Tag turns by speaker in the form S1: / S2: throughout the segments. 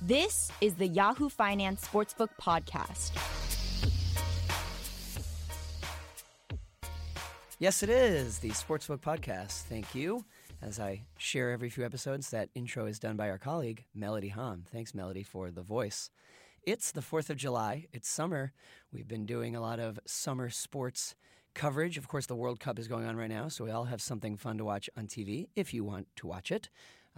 S1: This is the Yahoo Finance Sportsbook Podcast.
S2: Yes, it is the Sportsbook Podcast. Thank you. As I share every few episodes, that intro is done by our colleague, Melody Hahn. Thanks, Melody, for the voice. It's the 4th of July. It's summer. We've been doing a lot of summer sports coverage. Of course, the World Cup is going on right now, so we all have something fun to watch on TV if you want to watch it.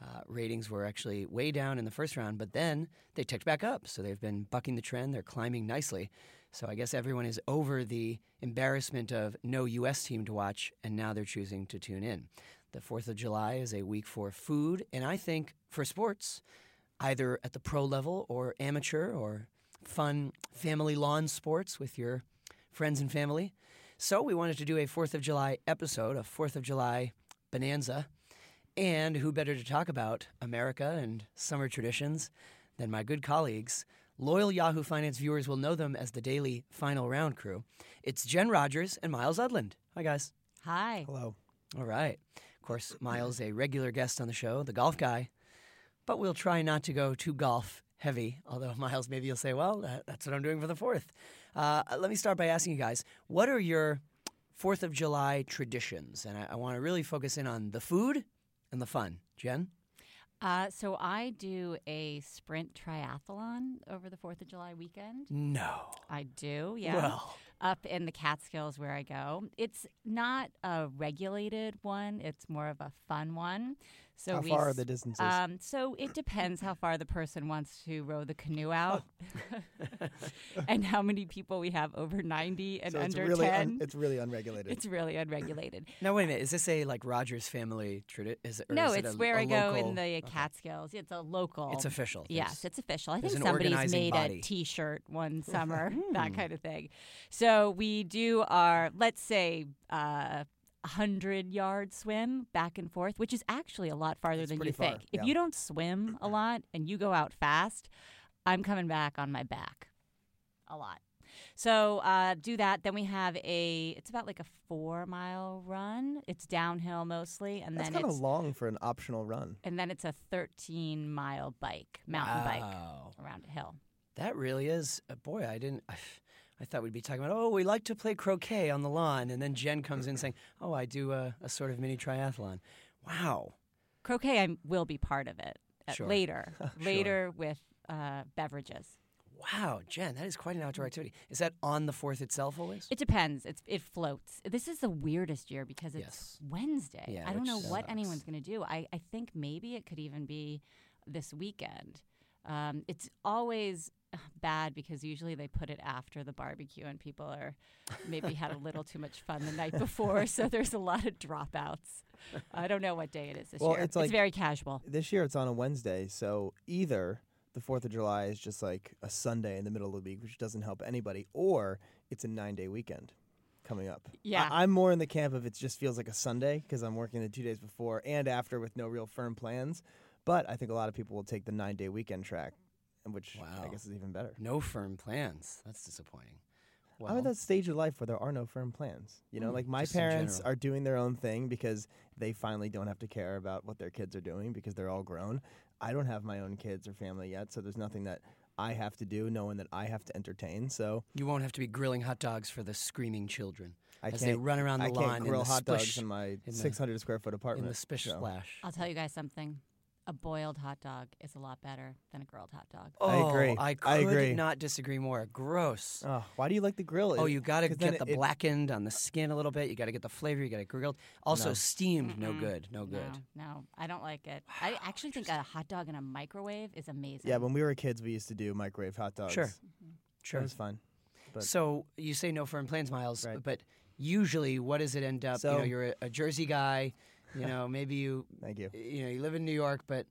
S2: Uh, ratings were actually way down in the first round, but then they ticked back up. So they've been bucking the trend. They're climbing nicely. So I guess everyone is over the embarrassment of no U.S. team to watch, and now they're choosing to tune in. The 4th of July is a week for food, and I think for sports, either at the pro level or amateur or fun family lawn sports with your friends and family. So we wanted to do a 4th of July episode, a 4th of July bonanza. And who better to talk about America and summer traditions than my good colleagues? Loyal Yahoo Finance viewers will know them as the Daily Final Round crew. It's Jen Rogers and Miles Udland. Hi, guys.
S1: Hi.
S3: Hello.
S2: All right. Of course, Miles, a regular guest on the show, the golf guy. But we'll try not to go too golf heavy, although, Miles, maybe you'll say, well, that- that's what I'm doing for the 4th. Uh, let me start by asking you guys what are your 4th of July traditions? And I, I want to really focus in on the food and the fun. Jen?
S4: Uh, so I do a sprint triathlon over the Fourth of July weekend.
S2: No.
S4: I do, yeah.
S2: Well,
S4: Up in the Catskills where I go. It's not a regulated one. It's more of a fun one. So
S3: How
S4: we
S3: far are
S4: s-
S3: the distances?
S4: Um, so it depends how far the person wants to row the canoe out, and how many people we have over ninety and
S3: so it's
S4: under
S3: really
S4: ten.
S3: un- it's really unregulated.
S4: it's really unregulated.
S2: now wait a minute. Is this a like Rogers family tradition? Is it? or
S4: No,
S2: is it
S4: it's
S2: a-
S4: where
S2: a
S4: I go
S2: local-
S4: in the Catskills. It's a local.
S2: It's official.
S4: Yes,
S2: There's-
S4: it's official. I
S2: there's
S4: think
S2: an
S4: somebody's
S2: organizing
S4: made
S2: body. Hmm.
S4: a T-shirt one summer, that kind of thing. So we do our, let's say, uh, hundred yard swim back and forth, which is actually a lot farther
S3: It's
S4: than
S3: pretty
S4: you
S3: far,
S4: think.
S3: yeah.
S4: If you don't swim a lot and you go out fast, I'm coming back on my back, a lot. So uh, do that. Then we have a. It's about like a four mile run. It's downhill mostly, and
S3: That's
S4: then
S3: kind
S4: it's
S3: of long for an optional run.
S4: and then it's a 13 mile bike, mountain bike
S2: Wow.
S4: around a hill.
S2: Oh. That really is. Uh, boy, I didn't. I thought we'd be talking about, oh, we like to play croquet on the lawn. And then Jen comes in saying, oh, I do a, a sort of mini triathlon. Wow.
S4: Croquet, I will be part of it at
S2: Sure.
S4: later, later with uh, beverages.
S2: Wow, Jen, that is quite an outdoor activity. Is that on the 4th itself always?
S4: It depends. It's it floats. This is the weirdest year because it's
S2: Yes.
S4: Wednesday.
S2: Yeah,
S4: I don't
S2: which
S4: know what
S2: sucks.
S4: anyone's going to do. I, I think maybe it could even be this weekend. Um, it's always uh, bad because usually they put it after the barbecue and people are maybe had a little too much fun the night before. So there's a lot of dropouts. I don't know what day it is this
S3: Well,
S4: year.
S3: it's like-
S4: very casual.
S3: This year it's on a Wednesday, so either the 4th of July is just like a Sunday in the middle of the week, which doesn't help anybody, or it's a nine day weekend coming up. I-
S4: Yeah.
S3: I'm more in the camp of it just feels like a Sunday because I'm working the two days before and after with no real firm plans. But I think a lot of people will take the nine day weekend track, and which
S2: Wow.
S3: I guess is even better.
S2: No firm plans. That's disappointing. Well, Hmm,
S3: I'm at that stage of life where there are no firm plans. You know, like my
S2: just in
S3: parents
S2: general.
S3: are doing their own thing because they finally don't have to care about what their kids are doing because they're all grown. I don't have my own kids or family yet, so there's nothing that I have to do, no one that I have to entertain. So
S2: you won't have to be grilling hot dogs for the screaming children
S3: I
S2: as
S3: can't
S2: they run around the
S3: I
S2: lawn
S3: can't
S2: in
S3: grill
S2: the
S3: hot
S2: splish,
S3: dogs in my
S2: the-
S3: 600 square foot
S2: in
S3: apartment.
S2: the spish
S3: so.
S2: splash.
S4: I'll tell you guys something. A boiled hot dog is a lot better than a grilled hot dog.
S2: Oh,
S3: I agree.
S2: I could
S3: I agree.
S2: not disagree more. Gross.
S3: Oh, why do you like the grill?
S2: Oh,
S3: It-
S2: you got to
S3: 'cause then
S2: get the
S3: it-
S2: blackened on the skin a little bit. You got to get the flavor. You got to grilled. Also,
S3: No.
S2: steamed, no
S4: Mm-mm.
S2: good, no good.
S4: No, no, I don't like it. I actually think a hot dog in a microwave is amazing.
S3: Yeah, when we were kids, we used to do microwave hot dogs.
S2: Sure,
S3: That
S2: sure.
S3: was fun. but-
S2: So you say no firm plans, Miles,
S3: Right.
S2: but usually, what does it end up? you know,
S3: So-
S2: you're a, a Jersey guy. You know, maybe you,
S3: Thank you.
S2: you know, you live in New York, but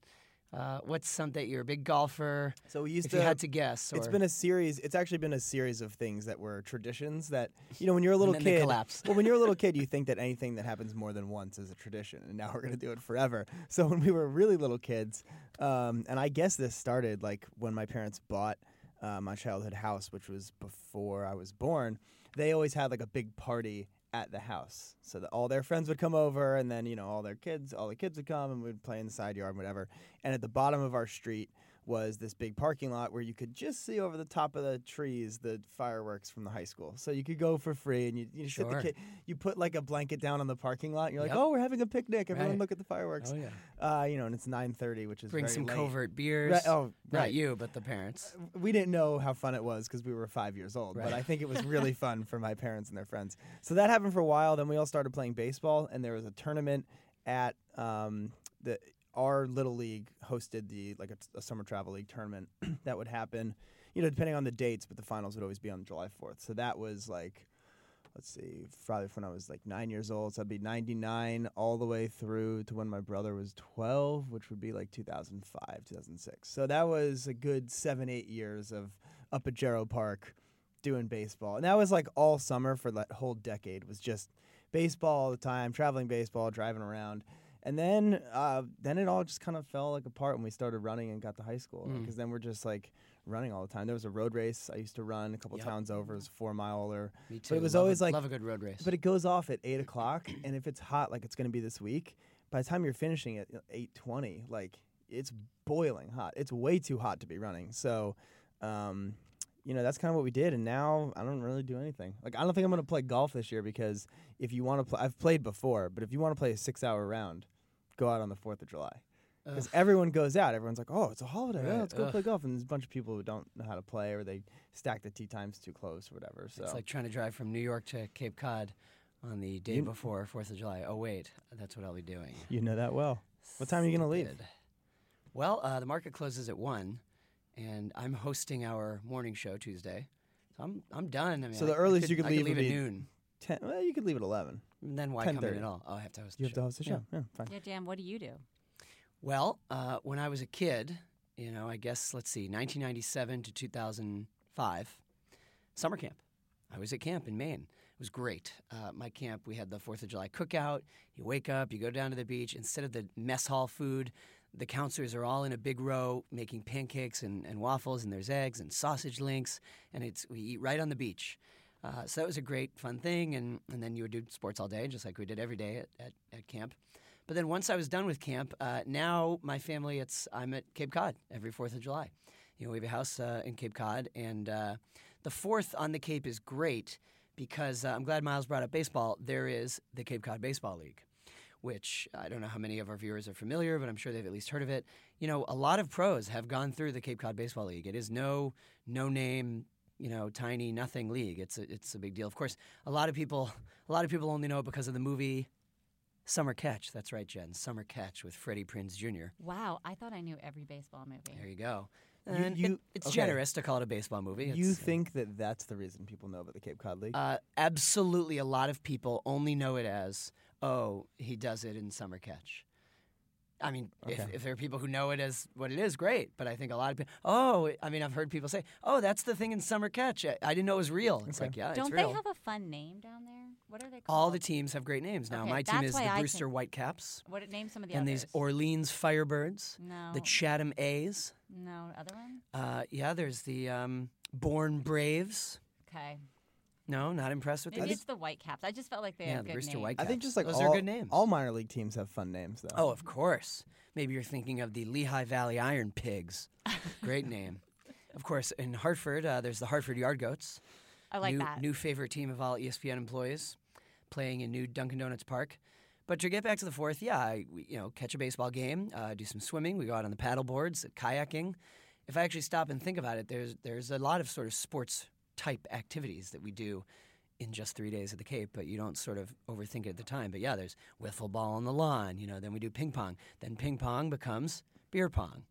S2: uh, what's something? You're a big golfer.
S3: So we used
S2: If
S3: to
S2: you had to guess, or
S3: It's been a series. It's actually been a series of things that were traditions that you know when you're a little
S2: then they
S3: kid.
S2: collapse.
S3: Well, when you're a little kid, you think that anything that happens more than once is a tradition, and now we're gonna do it forever. So when we were really little kids, um, and I guess this started like when my parents bought uh, my childhood house, which was before I was born. They always had like a big party at the house, so that all their friends would come over, and then you know all their kids, all the kids would come, and we'd play in the side yard, and whatever. And at the bottom of our street was this big parking lot where you could just see over the top of the trees the fireworks from the high school. So you could go for free and you you sit
S2: Sure.
S3: the kid you put like a blanket down on the parking lot and you're like,
S2: Yep.
S3: "Oh, we're having a picnic. Everyone
S2: Right.
S3: look at the fireworks."
S2: Oh yeah.
S3: Uh, you know, and it's 9:30, which is
S2: Bring
S3: very
S2: some
S3: late.
S2: covert beers.
S3: Right, oh,
S2: Not
S3: right.
S2: you, but the parents.
S3: we didn't know how fun it was because we were five years old,
S2: Right.
S3: but I think it was really fun for my parents and their friends. So that happened for a while. Then we all started playing baseball, and there was a tournament at um, the our little league hosted the like a, a summer travel league tournament that would happen. You know, depending on the dates, but the finals would always be on July fourth. So that was like, let's see, probably when I was like nine years old. So I'd be ninety nine all the way through to when my brother was twelve, which would be like two thousand five, two thousand six. So that was a good seven, eight years of up at Jarrow Park doing baseball. And that was like all summer for that whole decade was just baseball all the time, traveling baseball, driving around. And then uh, then it all just kind of fell like apart when we started running and got to high school
S2: Mm.
S3: because then we're just like running all the time. There was a road race I used to run a couple
S2: Yep.
S3: towns over, it was a four miler.
S2: Me too.
S3: But it was
S2: Love a-
S3: always like
S2: love a good road race.
S3: but it goes off at eight o'clock, and if it's hot like it's going to be this week, by the time you're finishing at eight twenty, like it's boiling hot. It's way too hot to be running. So, um, you know, that's kind of what we did. And now I don't really do anything. Like I don't think I'm going to play golf this year because if you want to play, I've played before, but if you want to play a six hour round, go out on the Fourth of July. Because everyone goes out, everyone's like, "Oh, it's a holiday. Oh,
S2: Right,
S3: let's go
S2: ugh.
S3: play golf." And there's a bunch of people who don't know how to play, or they stack the tee times too close, or whatever. So
S2: It's like trying to drive from New York to Cape Cod on the day
S3: You-
S2: before Fourth of July. Oh wait, that's what I'll be doing.
S3: you know that well. What time are you going to leave?
S2: Stupid. Well, uh, the market closes at one, and I'm hosting our morning show Tuesday, so I'm I'm done. I mean,
S3: So the
S2: I- I
S3: earliest
S2: could-
S3: you could
S2: I
S3: leave would
S2: at
S3: be-
S2: noon.
S3: 10, well, you could leave at 11.
S2: And then why come in
S3: 10:30.
S2: at all? Oh, I have to host. the
S3: You have
S2: show.
S3: to host the
S2: Yeah.
S3: show. Yeah, fine.
S4: Yeah, Dan, what do you do?
S2: Well, uh, when I was a kid, you know, I guess let's see, 1997 to 2005, summer camp. I was at camp in Maine. It was great. Uh, my camp, we had the Fourth of July cookout. You wake up, you go down to the beach. Instead of the mess hall food, the counselors are all in a big row making pancakes and, and waffles, and there's eggs and sausage links, and it's we eat right on the beach. Uh, so that was a great, fun thing. And, and then you would do sports all day, just like we did every day at, at, at camp. But then once I was done with camp, uh, now my family, it's I'm at Cape Cod every Fourth of July. You know, we have a house uh, in Cape Cod, and uh, the Fourth on the Cape is great because uh, I'm glad Miles brought up baseball. There is the Cape Cod Baseball League, which I don't know how many of our viewers are familiar, but I'm sure they've at least heard of it. You know, a lot of pros have gone through the Cape Cod Baseball League. It is no no name, you know, tiny nothing league. It's a, it's a big deal. Of course, a lot of people a lot of people only know it because of the movie Summer Catch. That's right, Jen. Summer Catch with Freddie Prinze Jr.
S4: Wow, I thought I knew every baseball
S2: There
S4: movie.
S2: you go.
S3: You-
S2: And
S3: you-
S2: it- it's
S3: okay.
S2: generous to call it a baseball movie.
S3: You
S2: It's-
S3: think that that's the reason people know about the Cape Cod League?
S2: Uh, absolutely, a lot of people only know it as, oh, he does it in summer catch. I mean, if,
S3: Okay.
S2: if there are people who know it as what it is, great. But I think a lot of people, oh, I mean, I've heard people say, oh, that's the thing in summer catch. I, I didn't know it was real. It's
S3: Okay.
S2: like, yeah,
S4: Don't
S2: it's
S4: they
S2: real.
S4: have a fun name down there? What are they called?
S2: All the teams have great names. Now,
S4: Okay,
S2: my team
S4: that's
S2: is
S4: why
S2: the
S4: I
S2: Brewster
S4: think-
S2: Whitecaps
S4: What name some of the
S2: and
S4: others?
S2: these Orleans Firebirds,
S4: no,
S2: the Chatham A's.
S4: no other one.
S2: Uh, yeah, there's the um, Born Braves.
S4: Okay,
S2: No, not impressed with
S4: maybe
S2: that.
S4: it's the White Caps. I just felt like they
S2: Yeah,
S4: had
S2: the
S4: good
S2: Brewster
S4: names.
S2: White-
S3: I think just like
S2: Those
S3: all,
S2: are good names.
S3: all minor league teams have fun names, though.
S2: Oh, of course. Maybe you're thinking of the Lehigh Valley Iron Pigs. Great name. Of course, in Hartford, uh, there's the Hartford Yard Goats.
S4: I like
S2: new,
S4: that.
S2: New favorite team of all E ESPN employees, playing in new Dunkin' Donuts Park. But to get back to the fourth, yeah, I, we, you know, catch a baseball game, uh, do some swimming. We go out on the paddle boards, kayaking. If I actually stop and think about it, there's there's a lot of sort of sports type activities that we do in just three days at the Cape, but you don't sort of overthink it at the time. But yeah, there's wiffle ball on the lawn, you know. Then we do ping pong. Then ping pong becomes beer pong.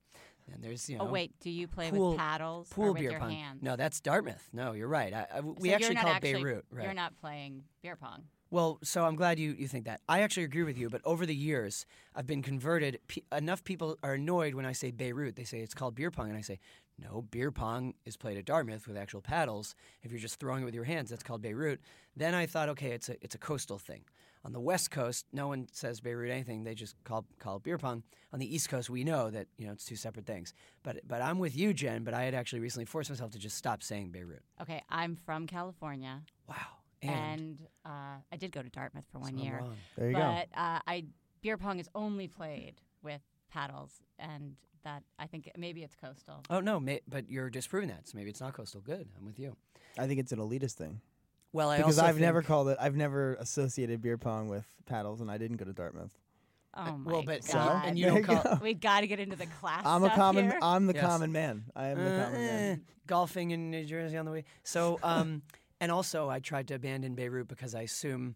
S2: Then there's you know
S4: oh wait, do you play
S2: pool-
S4: with paddles
S2: pool
S4: or with
S2: beer
S4: your
S2: pong.
S4: hands?
S2: No, that's Dartmouth. No, you're right. I, I- we
S4: So
S2: actually
S4: you're not
S2: call it
S4: actually,
S2: Beirut. Right.
S4: You're not playing beer pong.
S2: Well, so I'm glad you, you think that. I actually agree with you, but over the years, I've been converted. P- enough people are annoyed when I say Beirut. They say it's called beer pong, and I say, no, beer pong is played at Dartmouth with actual paddles. If you're just throwing it with your hands, that's called Beirut. Then I thought, okay, it's a, it's a coastal thing. On the West Coast, no one says Beirut anything. They just call, call it beer pong. On the East Coast, we know that you know it's two separate things. But, but I'm with you, Jen, but I had actually recently forced myself to just stop saying Beirut.
S4: Okay, I'm from California,
S2: Wow. And,
S4: and, uh, I did go to Dartmouth for one
S2: so
S4: year.
S2: wrong.
S3: there you go.
S4: but uh, I beer pong is only played with paddles, and that I think maybe it's coastal.
S2: Oh no, ma- but you're disproving that. So maybe it's not coastal. Good, I'm with you.
S3: I think it's an elitist thing
S2: Well, I
S3: because
S2: also
S3: I've never
S2: think-
S3: called it. I've never associated beer pong with paddles, and I didn't go to Dartmouth.
S4: Oh my
S2: Uh, well, but so-
S4: god!
S2: and you don't
S3: There you
S2: call.
S3: go.
S4: we got to get into the class.
S3: I'm a
S4: stuff
S3: common.
S4: here.
S3: I'm the
S2: Yes.
S3: common man. I am the
S2: Uh,
S3: common man.
S2: eh, golfing in New Jersey on the way. So, um, and also I tried to abandon Beirut because I assume,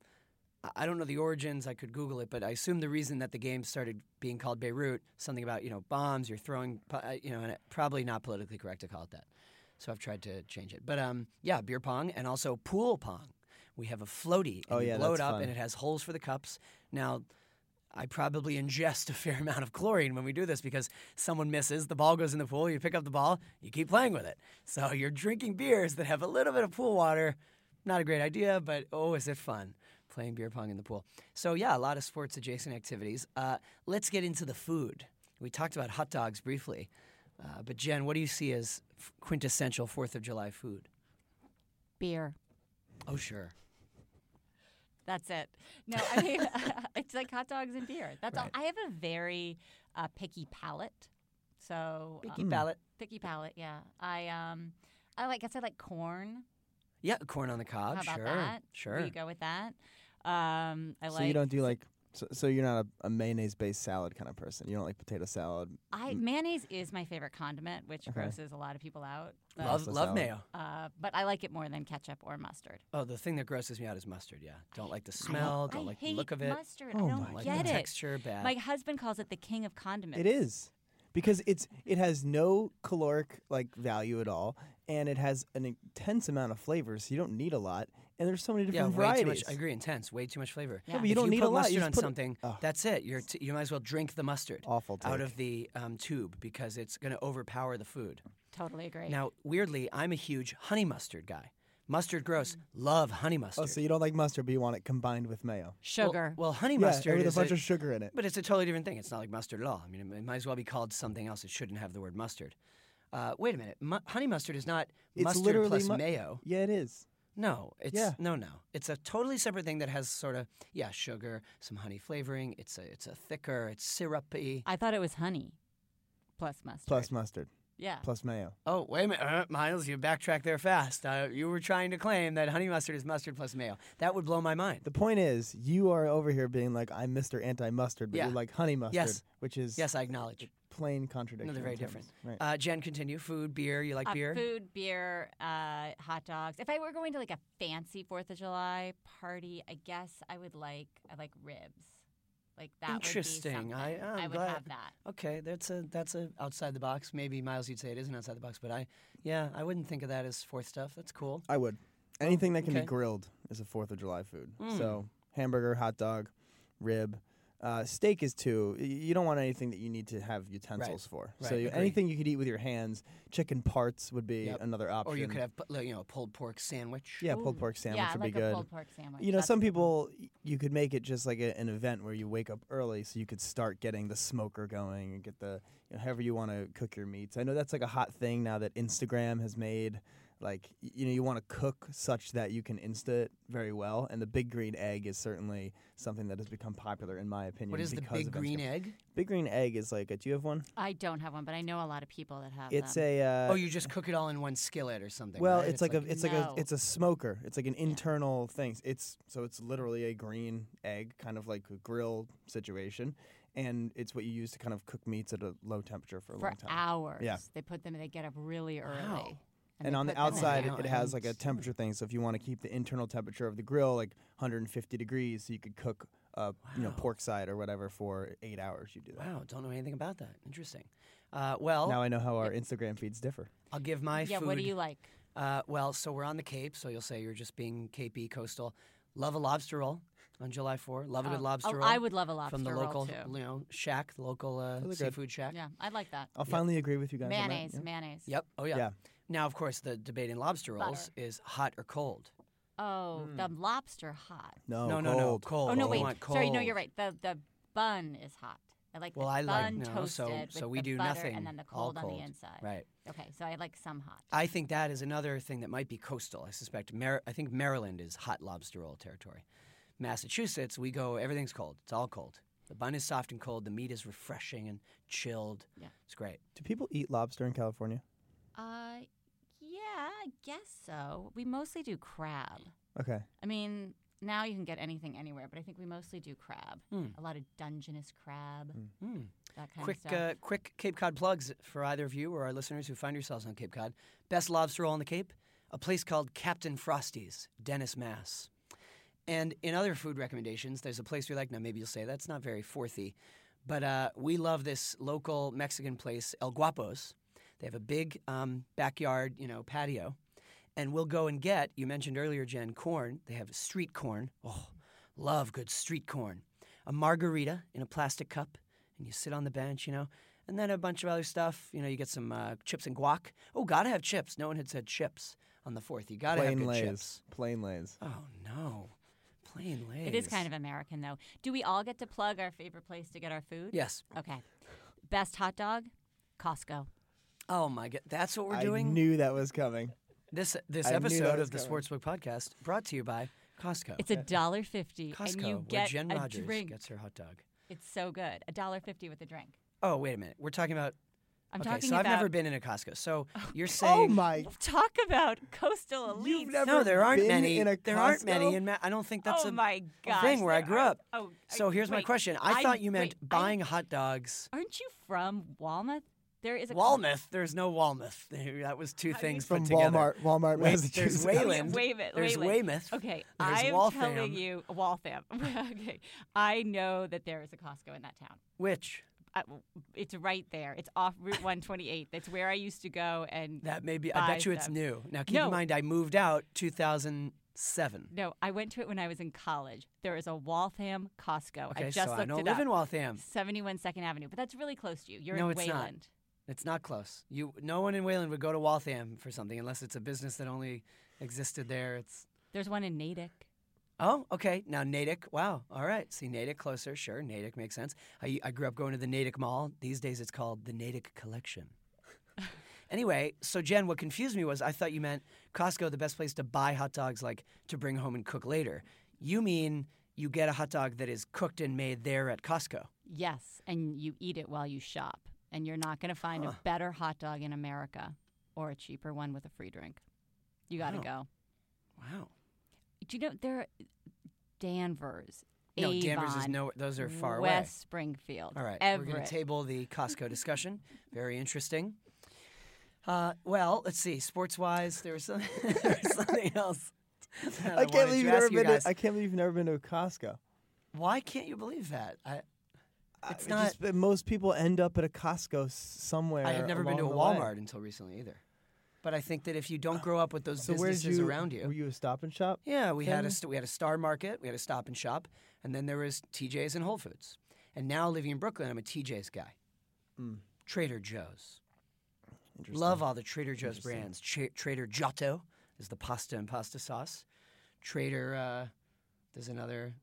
S2: I- I don't know the origins, I could Google it, but I assume the reason that the game started being called Beirut, something about, you know, bombs, you're throwing, po- uh, you know, and it, probably not politically correct to call it that. So I've tried to change it. But um, yeah, beer pong and also pool pong. We have a floaty. And
S3: Oh,
S2: you
S3: yeah,
S2: blow
S3: that's
S2: it up
S3: fun.
S2: and it has holes for the cups. Now, I probably ingest a fair amount of chlorine when we do this because someone misses, the ball goes in the pool, you pick up the ball, you keep playing with it. So you're drinking beers that have a little bit of pool water. Not a great idea, but oh, is it fun playing beer pong in the pool. So, yeah, a lot of sports adjacent activities. Uh, let's get into the food. We talked about hot dogs briefly, uh, but Jen, what do you see as f- quintessential 4th of July food?
S4: Beer.
S2: Oh, sure.
S4: That's it. No, I mean it's like hot dogs and beer. That's
S2: Right.
S4: all. I have a very uh, picky palate, so
S2: Picky
S4: um,
S2: palate.
S4: picky palate. Yeah, I um, I like. guess I like corn.
S2: Yeah, corn on the cob.
S4: How about
S2: sure.
S4: that?
S2: Sure.
S4: We go with that. Um, I
S3: so
S4: like.
S3: you don't do like. So, so you're not a, a mayonnaise-based salad kind of person. You don't like potato salad.
S4: I mayonnaise is my favorite condiment, which
S3: Okay.
S4: grosses a lot of people out. But,
S2: Love,
S3: Pasta
S2: love
S3: salad.
S2: mayo.
S4: uh, but I like it more than ketchup or mustard.
S2: Oh, the thing that grosses me out is mustard. Yeah, don't like the
S4: I-
S2: smell.
S4: I
S2: don't like the
S4: hate
S2: look of it.
S4: Mustard.
S3: Oh
S4: I don't
S3: my
S2: Like
S4: get
S2: the
S4: it.
S2: texture, bad.
S4: My husband calls it the king of condiments.
S3: It is because it's it has no caloric like value at all, and it has an intense amount of flavors. So you don't need a lot, and there's so many
S2: yeah,
S3: different
S2: way too
S3: varieties.
S2: much. I agree. Intense. Way too much flavor.
S4: Yeah. Yeah, but
S3: you
S2: If
S3: don't need
S2: put
S3: a lot,
S2: mustard
S3: you just
S2: on
S3: put it-
S2: something.
S3: Ugh.
S2: That's it. You're t- you might as well drink the mustard
S3: Awful. Take.
S2: out of the um, tube because it's going to overpower the food.
S4: Totally agree.
S2: Now, weirdly, I'm a huge honey mustard guy. Mustard gross. Love honey mustard.
S3: Mm. oh, so you don't like mustard, but you want it combined with mayo.
S2: Well-
S4: Sugar.
S2: Well, honey
S3: yeah,
S2: mustard
S3: and with
S2: is
S3: a bunch
S2: a-
S3: of sugar in it.
S2: But it's a totally different thing. It's not like mustard at all. I mean, it, it might as well be called something else. It shouldn't have the word mustard. Uh, wait a minute. Mu- honey mustard is not
S3: It's
S2: mustard
S3: literally
S2: plus
S3: mu-
S2: mayo.
S3: Yeah, it is.
S2: No, it's
S3: Yeah.
S2: no, no. It's a totally separate thing that has sort of yeah, sugar, some honey flavoring. It's a it's a thicker. It's syrupy.
S4: I thought it was honey plus mustard.
S3: Plus mustard,
S4: yeah.
S3: plus mayo.
S2: Oh wait a minute, uh, Miles, you backtrack there fast. Uh, you were trying to claim that honey mustard is mustard plus mayo. That would blow my mind.
S3: The point is, you are over here being like, I'm Mr. Anti Mustard, but
S2: Yeah.
S3: you like honey mustard,
S2: Yes.
S3: which is
S2: Yes, I acknowledge.
S3: plain contradiction.
S2: No, they're very
S3: in terms.
S2: different.
S3: Right.
S2: Uh, Jen, continue. Food, beer. You like
S4: Uh,
S2: beer?
S4: Food, beer, uh, hot dogs. If I were going to like a fancy Fourth of July party, I guess I would like I like ribs, like that.
S2: Interesting.
S4: Would be
S2: I-
S4: something.
S2: I'm
S4: I would
S2: glad-
S4: have that.
S2: Okay, that's a that's a outside the box. Maybe Miles, you'd say it isn't outside the box, but I, yeah, I wouldn't think of that as fourth stuff. That's cool.
S3: I would. Anything that can
S2: okay. Mm.
S3: be grilled is a Fourth of July food. So hamburger, hot dog, rib, uh, steak is too. Y- You don't want anything that you need to have utensils for. So
S2: Right,
S3: you,
S2: agree.
S3: anything you could eat with your hands, chicken parts would be
S2: Yep.
S3: another option.
S2: Or you could have pu- like, you know a pulled pork sandwich.
S3: yeah, pulled
S4: Ooh.
S3: pork sandwich
S4: yeah, I
S3: would
S4: like
S3: be good.
S4: a pulled pork sandwich.
S3: you know,
S4: That's
S3: some
S4: a good one.
S3: people y- you could make it just like a, an event where you wake up early, so you could start getting the smoker going and get the you know, however you want to cook your meats. I know that's like a hot thing now that Instagram has made. Like y- you know, you want to cook such that you can insta it very well, and the big green egg is certainly something that has become popular in my opinion.
S2: What is the
S3: because
S2: big
S3: of
S2: green
S3: Instagram.
S2: egg?
S3: Big green egg is like a. Do you have one?
S4: I don't have one, but I know a lot of people that have.
S3: It's
S4: them.
S3: a. Uh,
S2: oh, you just cook it all in one skillet or something.
S3: Well,
S2: right?
S3: it's, like, a it's like a
S4: No.
S3: it's a smoker. It's like an internal thing. It's so it's literally a green egg, kind of like a grill situation, and it's what you use to kind of cook meats at a low temperature for a
S4: for
S3: long time.
S4: hours.
S3: Yeah.
S4: They put them. They get up really early.
S2: Wow.
S4: they
S3: And on the
S4: put them in
S3: outside,
S4: there.
S3: it, it has like a temperature thing. So if you want to keep the internal temperature of the grill like 150 degrees, so you could cook uh, you know
S2: Wow.
S3: pork side or whatever for eight hours. You do that.
S2: wow, don't know anything about that. Interesting. Uh, well,
S3: Now I know how our Instagram feeds differ.
S2: I'll give my
S4: Yeah.
S2: food.
S4: What do you like?
S2: Uh, well, so we're on the Cape, so you'll say you're just being Capey coastal. Love a lobster roll on July 4. Love a
S4: Oh,
S2: good lobster
S4: oh,
S2: roll.
S4: I would love a lobster
S2: from the
S4: roll,
S2: local,
S4: too.
S2: you know, shack, the local uh,
S3: good.
S2: seafood shack.
S4: Yeah, I like that.
S3: I'll finally agree with you guys. on that,
S4: Mayonnaise,
S3: yeah.
S4: mayonnaise.
S2: Yep. Oh yeah.
S3: Yeah.
S2: Now, of course, the debate in lobster rolls is hot or cold.
S4: Oh,
S3: Mm.
S4: the lobster hot.
S3: No,
S2: no, no, no,
S3: cold.
S2: cold.
S4: Oh no,
S2: You
S4: wait.
S2: want
S4: Sorry, no,
S2: cold.
S4: you're right. The the bun is hot. I like
S2: Well,
S4: the
S2: I like
S4: bun
S2: no,
S4: toasted
S2: so
S4: with
S2: so we
S4: the
S2: do
S4: butter
S2: nothing.
S4: and then the
S2: all
S4: cold, on the inside.
S2: Right.
S4: Okay, so I like some hot.
S2: I think that is another thing that might be coastal. I suspect. Mar- I think Maryland is hot lobster roll territory. Massachusetts, we go. Everything's cold. It's all cold. The bun is soft and cold. The meat is refreshing and chilled.
S4: Yeah.
S2: It's great.
S3: Do people eat lobster in California?
S4: Uh, yeah, I guess so. We mostly do crab.
S3: Okay.
S4: I mean, now you can get anything anywhere, but I think we mostly do crab.
S2: Mm.
S4: A lot of Dungeness crab,
S2: Mm.
S4: that kind
S2: Quick,
S4: of stuff.
S2: uh, quick Cape Cod plugs for either of you or our listeners who find yourselves on Cape Cod. Best lobster roll on the Cape, a place called Captain Frosty's, Dennis, Mass. And in other food recommendations, there's a place we like. Now, maybe you'll say that's not very fourthy, but uh, we love this local Mexican place, El Guapos. They have a big um, backyard, you know, patio, and we'll go and get. You mentioned earlier, Jen, corn. They have street corn. Oh, love good street corn. A margarita in a plastic cup, and you sit on the bench, you know, and then a bunch of other stuff. You know, you get some uh, chips and guac. Oh, gotta have chips. No one had said chips on the fourth. You gotta have
S3: Plain
S2: good
S3: lays.
S2: chips.
S3: Plain lays.
S2: Oh no, plain lays.
S4: It is kind of American, though. Do we all get to plug our favorite place to get our food?
S2: yes.
S4: Okay. Best hot dog? Costco.
S2: Oh my god, that's what we're
S3: I
S2: doing.
S3: knew that was coming.
S2: this this
S3: I knew that
S2: episode
S3: was
S2: of the
S3: coming.
S2: Sportsbook Podcast brought to you by Costco.
S4: It's a dollar fifty,
S2: Costco,
S4: and you
S2: where
S4: get
S2: Jen
S4: a
S2: Rogers
S4: drink.
S2: gets her hot dog.
S4: It's so good. A dollar fifty with a drink.
S2: Oh wait a minute, we're talking about.
S4: I'm
S2: okay,
S4: talking
S2: so
S4: about.
S2: I've never been in a Costco. So you're
S3: Oh
S2: saying
S3: my!
S4: Talk about coastal elites.
S3: You've never
S2: no, there aren't
S3: been
S2: many.
S3: in a
S2: there aren't
S3: Costco?
S2: many, and I don't think that's
S4: oh
S2: a
S4: my gosh,
S2: thing where I
S4: there
S2: grew
S4: are-
S2: up.
S4: Oh, I-
S2: So here's my
S4: wait,
S2: question. I, thought you meant
S4: wait, I-
S2: buying hot dogs.
S4: aren't you from Walnut? There is a
S2: Walmouth. There's no Walmouth. That was two things
S3: From
S2: put together.
S3: Walmart, Walmart,
S2: Wait, there's
S3: Massachusetts.
S2: way
S4: Oh, yeah,
S2: Wayland.
S4: Wayman-
S2: There's
S4: Wayland.
S2: Weymouth.
S4: Okay,
S2: There's
S4: I'm
S2: Waltham.
S4: telling you, Waltham. okay, I know that there is a Costco in that town.
S2: Which
S4: I, it's right there. It's off Route 128. That's where I used to go. And
S2: that may be. I
S4: buy
S2: bet you it's
S4: stuff.
S2: new. Now keep in
S4: No.
S2: mind, I moved out 2007.
S4: No, I went to it when I was in college. There is a Waltham Costco.
S2: Okay,
S4: I just
S2: so
S4: looked
S2: I don't
S4: it
S2: live
S4: up.
S2: in Waltham.
S4: 71 Second Avenue, but that's really close to you. You're
S2: No,
S4: in
S2: it's not.
S4: Wayland.
S2: It's not close. You, no one in Wayland would go to Waltham for something unless it's a business that only existed there. It's
S4: There's one in Natick.
S2: Oh, okay. Now Natick. Wow. All right. See Natick closer. Sure, Natick makes sense. I, I grew up going to the Natick Mall. These days it's called the Natick Collection. anyway, so Jen, what confused me was I thought you meant Costco, the best place to buy hot dogs, like to bring home and cook later. You mean you get a hot dog that is cooked and made there at Costco?
S4: Yes, and you eat it while you shop. And you're not going to find a better hot dog in America or a cheaper one with a free drink. You got to
S2: Wow.
S4: go.
S2: Wow.
S4: Do you know there are Danvers?
S2: No, Danvers is
S4: Avon,
S2: no. Those are far
S4: West
S2: away.
S4: Springfield.
S2: All right,
S4: Everett.
S2: we're going to table the Costco discussion. Very interesting. Uh, well, let's see. Sports wise, there was, some, there was something else. that
S3: I
S2: wanted
S3: can't believe
S2: to
S3: you've never
S2: ask you
S3: been.
S2: guys.
S3: To, I can't believe you've never been to a Costco.
S2: Why can't you believe that? I,
S3: I-
S2: It's
S3: it just- but most people end up at a Costco s- somewhere.
S2: I had never been to a
S3: along the way. Uh,
S2: Walmart until recently either. But I think that if you don't grow up with those
S3: So where's
S2: businesses
S3: you?
S2: around you,
S3: Were you a Stop and Shop?
S2: Yeah, we had a
S3: thing?
S2: st- we had a Star Market, we had a Stop and Shop, and then there was TJ's and Whole Foods. And now living in Brooklyn, I'm a TJ's guy.
S3: Mm.
S2: Trader Joe's.
S3: Interesting.
S2: Love all the Trader Joe's
S3: Interesting.
S2: brands. Cha Trader Giotto is the pasta and pasta sauce. Trader uh, there's another,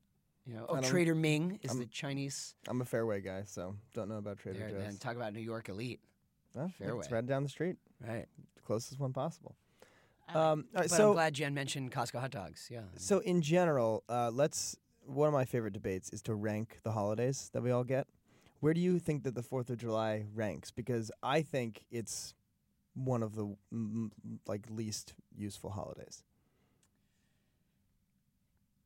S2: you know, oh
S3: I don't-
S2: Trader Ming is
S3: I'm-
S2: the Chinese.
S3: I'm a Fairway guy, so don't know about Trader
S2: There,
S3: Joe's.
S2: and talk about New York elite,
S3: Oh, look,
S2: Fairway.
S3: It's right down the street,
S2: right?
S3: the closest one possible.
S4: I like
S3: Um, all right,
S2: But
S3: so
S2: I'm glad Jen mentioned Costco hot dogs. Yeah.
S3: So in general, uh, let's. One of my favorite debates is to rank the holidays that we all get. Where do you think that the Fourth of July ranks? Because I think it's one of the mm, mm, like least useful holidays.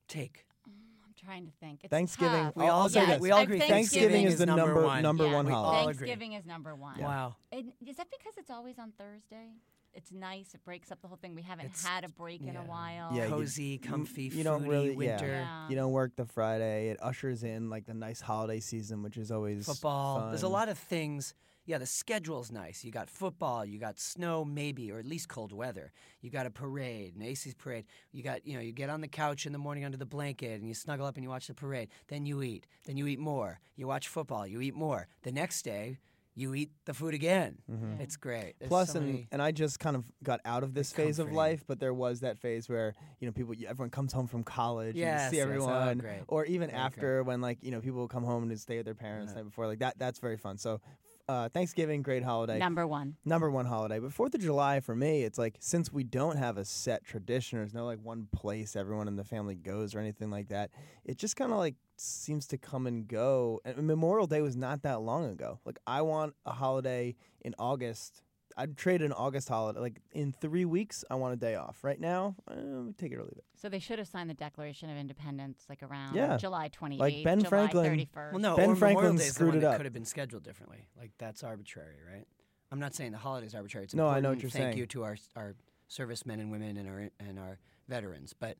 S2: Take.
S4: I'm trying to think. It's
S3: Thanksgiving.
S4: tough.
S2: We
S3: I'll-
S2: all
S3: I'll say
S2: agree-
S3: this.
S2: we all
S4: I-
S2: agree
S4: Thanksgiving
S3: Thanksgiving
S2: is
S3: is the
S2: number
S3: number
S2: one.
S3: number
S4: Yeah,
S3: one
S2: we all
S3: holiday.
S2: agree.
S4: Thanksgiving is number one.
S2: Wow.
S4: And is that because it's always on Thursday? It's nice. It breaks up the whole thing. We haven't
S2: It's-
S4: had a break in
S2: yeah.
S4: a while.
S3: Yeah, you-
S2: Cozy, comfy,
S3: you don't
S2: foodie,
S3: really- yeah.
S2: winter.
S4: Yeah.
S3: You don't work the Friday. It ushers in like the nice holiday season, which is always
S2: football. There's a
S3: fun.
S2: lot of things. Yeah, the schedule's nice. You got football, you got snow maybe, or at least cold weather. You got a parade, an Aces parade. You got, you know, you get on the couch in the morning under the blanket and you snuggle up and you watch the parade. Then you eat. Then you eat more. You watch football, you eat more. The next day, you eat the food again.
S4: Yeah.
S2: It's great. There's
S3: Mm-hmm. Plus,
S2: so
S3: and,
S2: many-
S3: and I just kind of got out of this phase of
S2: comforting.
S3: life, but there was that phase where you know people, everyone comes home from college,
S2: Yes,
S3: and you
S2: yes,
S3: see
S2: oh,
S3: everyone,
S2: great.
S3: or even
S2: Very
S3: after when like you know people come home and stay with their parents the night before, like that. That's very fun. So, uh, Thanksgiving, great holiday,
S4: Number one.
S3: number one holiday. But Fourth of July for me, it's like since we don't have a set tradition, there's no like one place everyone in the family goes or anything like that. It just kind of like seems to come and go. And Memorial Day was not that long ago. Like I want a holiday in August. I'd trade an August holiday. Like in three weeks, I want a day off. Right now, eh, take it or leave it.
S4: So they should have signed the Declaration of Independence like around
S3: Yeah.
S4: July 28th,
S3: Ben
S4: July
S3: Franklin-
S4: 31st.
S2: Well, no,
S3: Ben
S2: or Memorial
S3: Franklin
S2: Day's the
S3: screwed it
S2: one that
S3: up.
S2: could have been scheduled differently. Like that's arbitrary, right? I'm not saying the holiday's arbitrary. It's
S3: No, I know what
S2: important.
S3: you're
S2: Thank
S3: saying.
S2: you to our our servicemen and women and our and our veterans, but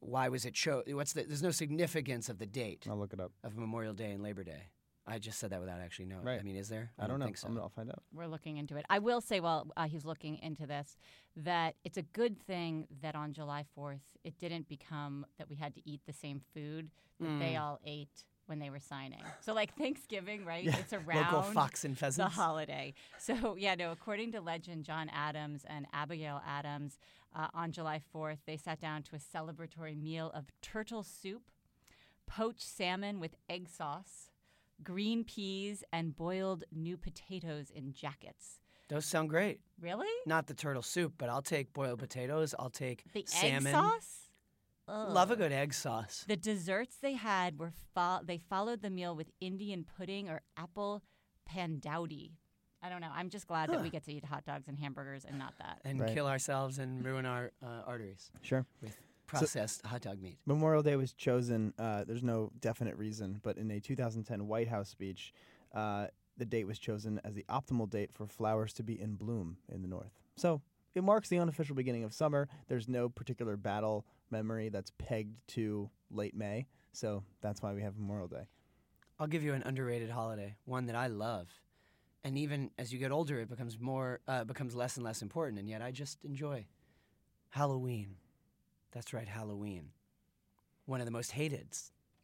S2: why was it show? What's the, there's no significance of the date
S3: I'll look it up.
S2: of Memorial Day and Labor Day. I just said that without actually knowing.
S3: Right.
S2: I mean, is there?
S3: I don't, know.
S2: think so.
S3: I'm, I'll find out.
S4: We're looking into it. I will say while uh, he's looking into this that it's a good thing that on July 4th it didn't become that we had to eat the same food that they
S2: Mm.
S4: all ate when they were signing. So like Thanksgiving, right? It's around
S2: Local fox and
S4: the
S2: pheasants.
S4: holiday. So, yeah, no, according to legend, John Adams and Abigail Adams uh, on July 4th, they sat down to a celebratory meal of turtle soup, poached salmon with egg sauce, green peas, and boiled new potatoes in jackets.
S2: Those sound great.
S4: Really?
S2: Not the turtle soup, but I'll take boiled potatoes. I'll take
S4: The
S2: salmon.
S4: egg sauce?
S2: Love a
S4: Ugh.
S2: good egg sauce.
S4: The desserts they had were fo- they followed the meal with Indian pudding or apple pandowdy. I don't know. I'm just glad that we get to eat hot dogs and hamburgers and not that.
S2: and
S3: Right.
S2: kill ourselves and ruin our uh, arteries
S3: Sure.
S2: with processed hot dog meat.
S3: Memorial Day was chosen. Uh, there's no definite reason, but in a 2010 White House speech, uh, the date was chosen as the optimal date for flowers to be in bloom in the North. So it marks the unofficial beginning of summer. There's no particular battle memory that's pegged to late May, so that's why we have Memorial Day.
S2: I'll give you an underrated holiday, one that I love. And even as you get older, it becomes more uh, becomes less and less important, and yet I just enjoy Halloween. That's right, Halloween. One of the most hated,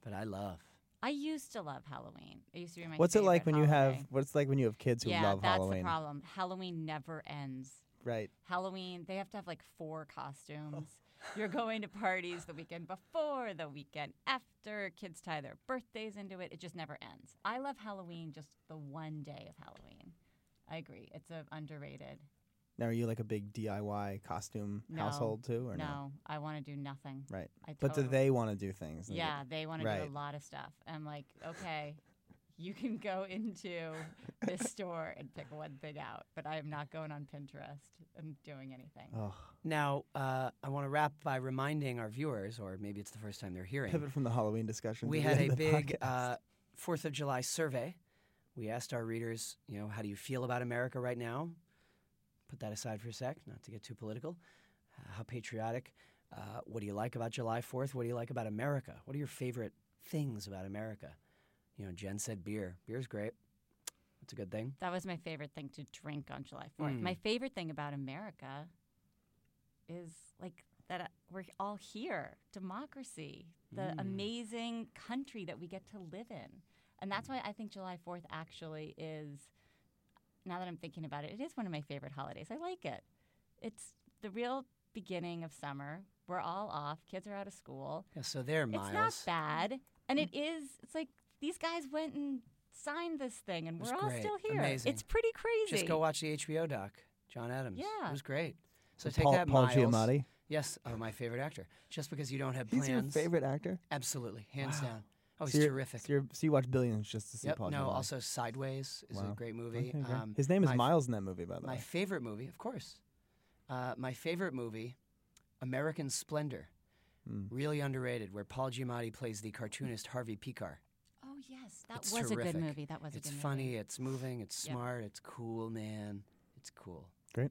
S2: but I love.
S4: I used to love Halloween. It used to be my
S3: what's it like when
S4: favorite
S3: you have?
S4: holiday.
S3: What's it like when you have kids who
S4: yeah,
S3: love
S4: that's
S3: Halloween?
S4: the problem. Halloween never ends.
S3: Right.
S4: Halloween, they have to have like four costumes. You're going to parties the weekend before, the weekend after. Kids tie their birthdays into it. It just never ends. I love Halloween, just the one day of Halloween. I agree. It's a underrated.
S3: Now, are you like a big DIY costume
S4: No.
S3: household too, or no?
S4: no, I want to do nothing.
S3: Right.
S4: I
S3: But do
S4: totally-
S3: they want to do things? Like,
S4: Yeah, they want to do
S3: Right.
S4: a lot of stuff. I'm like, okay, you can go into this store and pick one thing out, but I am not going on Pinterest and doing anything.
S3: Oh,
S2: Now, uh, I want to wrap by reminding our viewers, or maybe it's the first time they're hearing,
S3: pivot from the Halloween discussion.
S2: we
S3: to the
S2: had
S3: end
S2: a
S3: of the
S2: big
S3: podcast.
S2: uh, Fourth of July survey. We asked our readers, you know, how do you feel about America right now? Put that aside for a sec, not to get too political. Uh, how patriotic? Uh, what do you like about July Fourth? What do you like about America? What are your favorite things about America? You know, Jen said beer. Beer's great. That's a good thing.
S4: That was my favorite thing to drink on July 4th. My favorite thing about America is like that uh, we're all here, democracy, the amazing country that we get to live in. And that's why I think July 4th actually is, now that I'm thinking about it, it is one of my favorite holidays. I like it. It's the real beginning of summer. We're all off, kids are out of school.
S2: Yeah, so there, Miles. Mm.
S4: It's not bad. And it is, it's like these guys went and signed this thing and
S2: was
S4: we're all
S2: great.
S4: still here.
S2: Amazing.
S4: It's pretty crazy.
S2: Just go watch the HBO doc, John Adams.
S4: Yeah.
S2: it was great. So
S3: With
S2: take
S3: Paul-
S2: that,
S3: Paul
S2: Miles.
S3: Giamatti?
S2: Yes, oh, my favorite actor. Just because you don't have
S3: He's your
S2: plans.
S3: favorite actor.
S2: Absolutely, hands down. Oh, he's
S3: so you're-
S2: terrific.
S3: So, you're, so you watch Billions just to see
S2: yep.
S3: Paul
S2: no,
S3: Giamatti.
S2: also Sideways is a
S3: Wow.
S2: great movie.
S3: Okay, great.
S2: Um,
S3: His name is
S2: my f-
S3: Miles in that movie, by the
S2: My
S3: way.
S2: favorite movie, of course. Uh, my favorite movie, American Splendor,
S3: Hmm.
S2: really underrated, where Paul Giamatti plays the cartoonist Harvey Picar.
S4: Oh yes, that
S2: It's
S4: was a
S2: terrific.
S4: good movie. That was
S2: It's
S4: a good
S2: funny.
S4: movie.
S2: It's moving. It's
S4: Yep.
S2: smart. It's cool, man. It's cool.
S3: Great.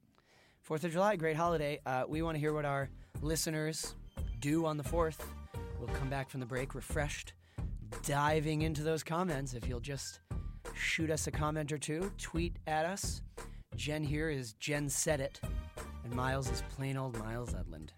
S2: Fourth of July, great holiday. Uh, we want to hear what our listeners do on the fourth. We'll come back from the break refreshed, diving into those comments. If you'll just shoot us a comment or two, tweet at us. Jen here is Jen said it, and Miles is plain old Miles Edlund.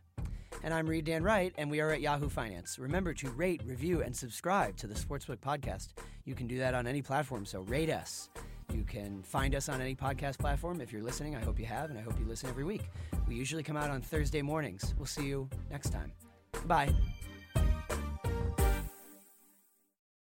S2: And I'm Reed Dan Wright, and we are at Yahoo Finance. Remember to rate, review, and subscribe to the Sportsbook Podcast. You can do that on any platform, so rate us. You can find us on any podcast platform. If you're listening, I hope you have, and I hope you listen every week. We usually come out on Thursday mornings. We'll see you next time. Bye.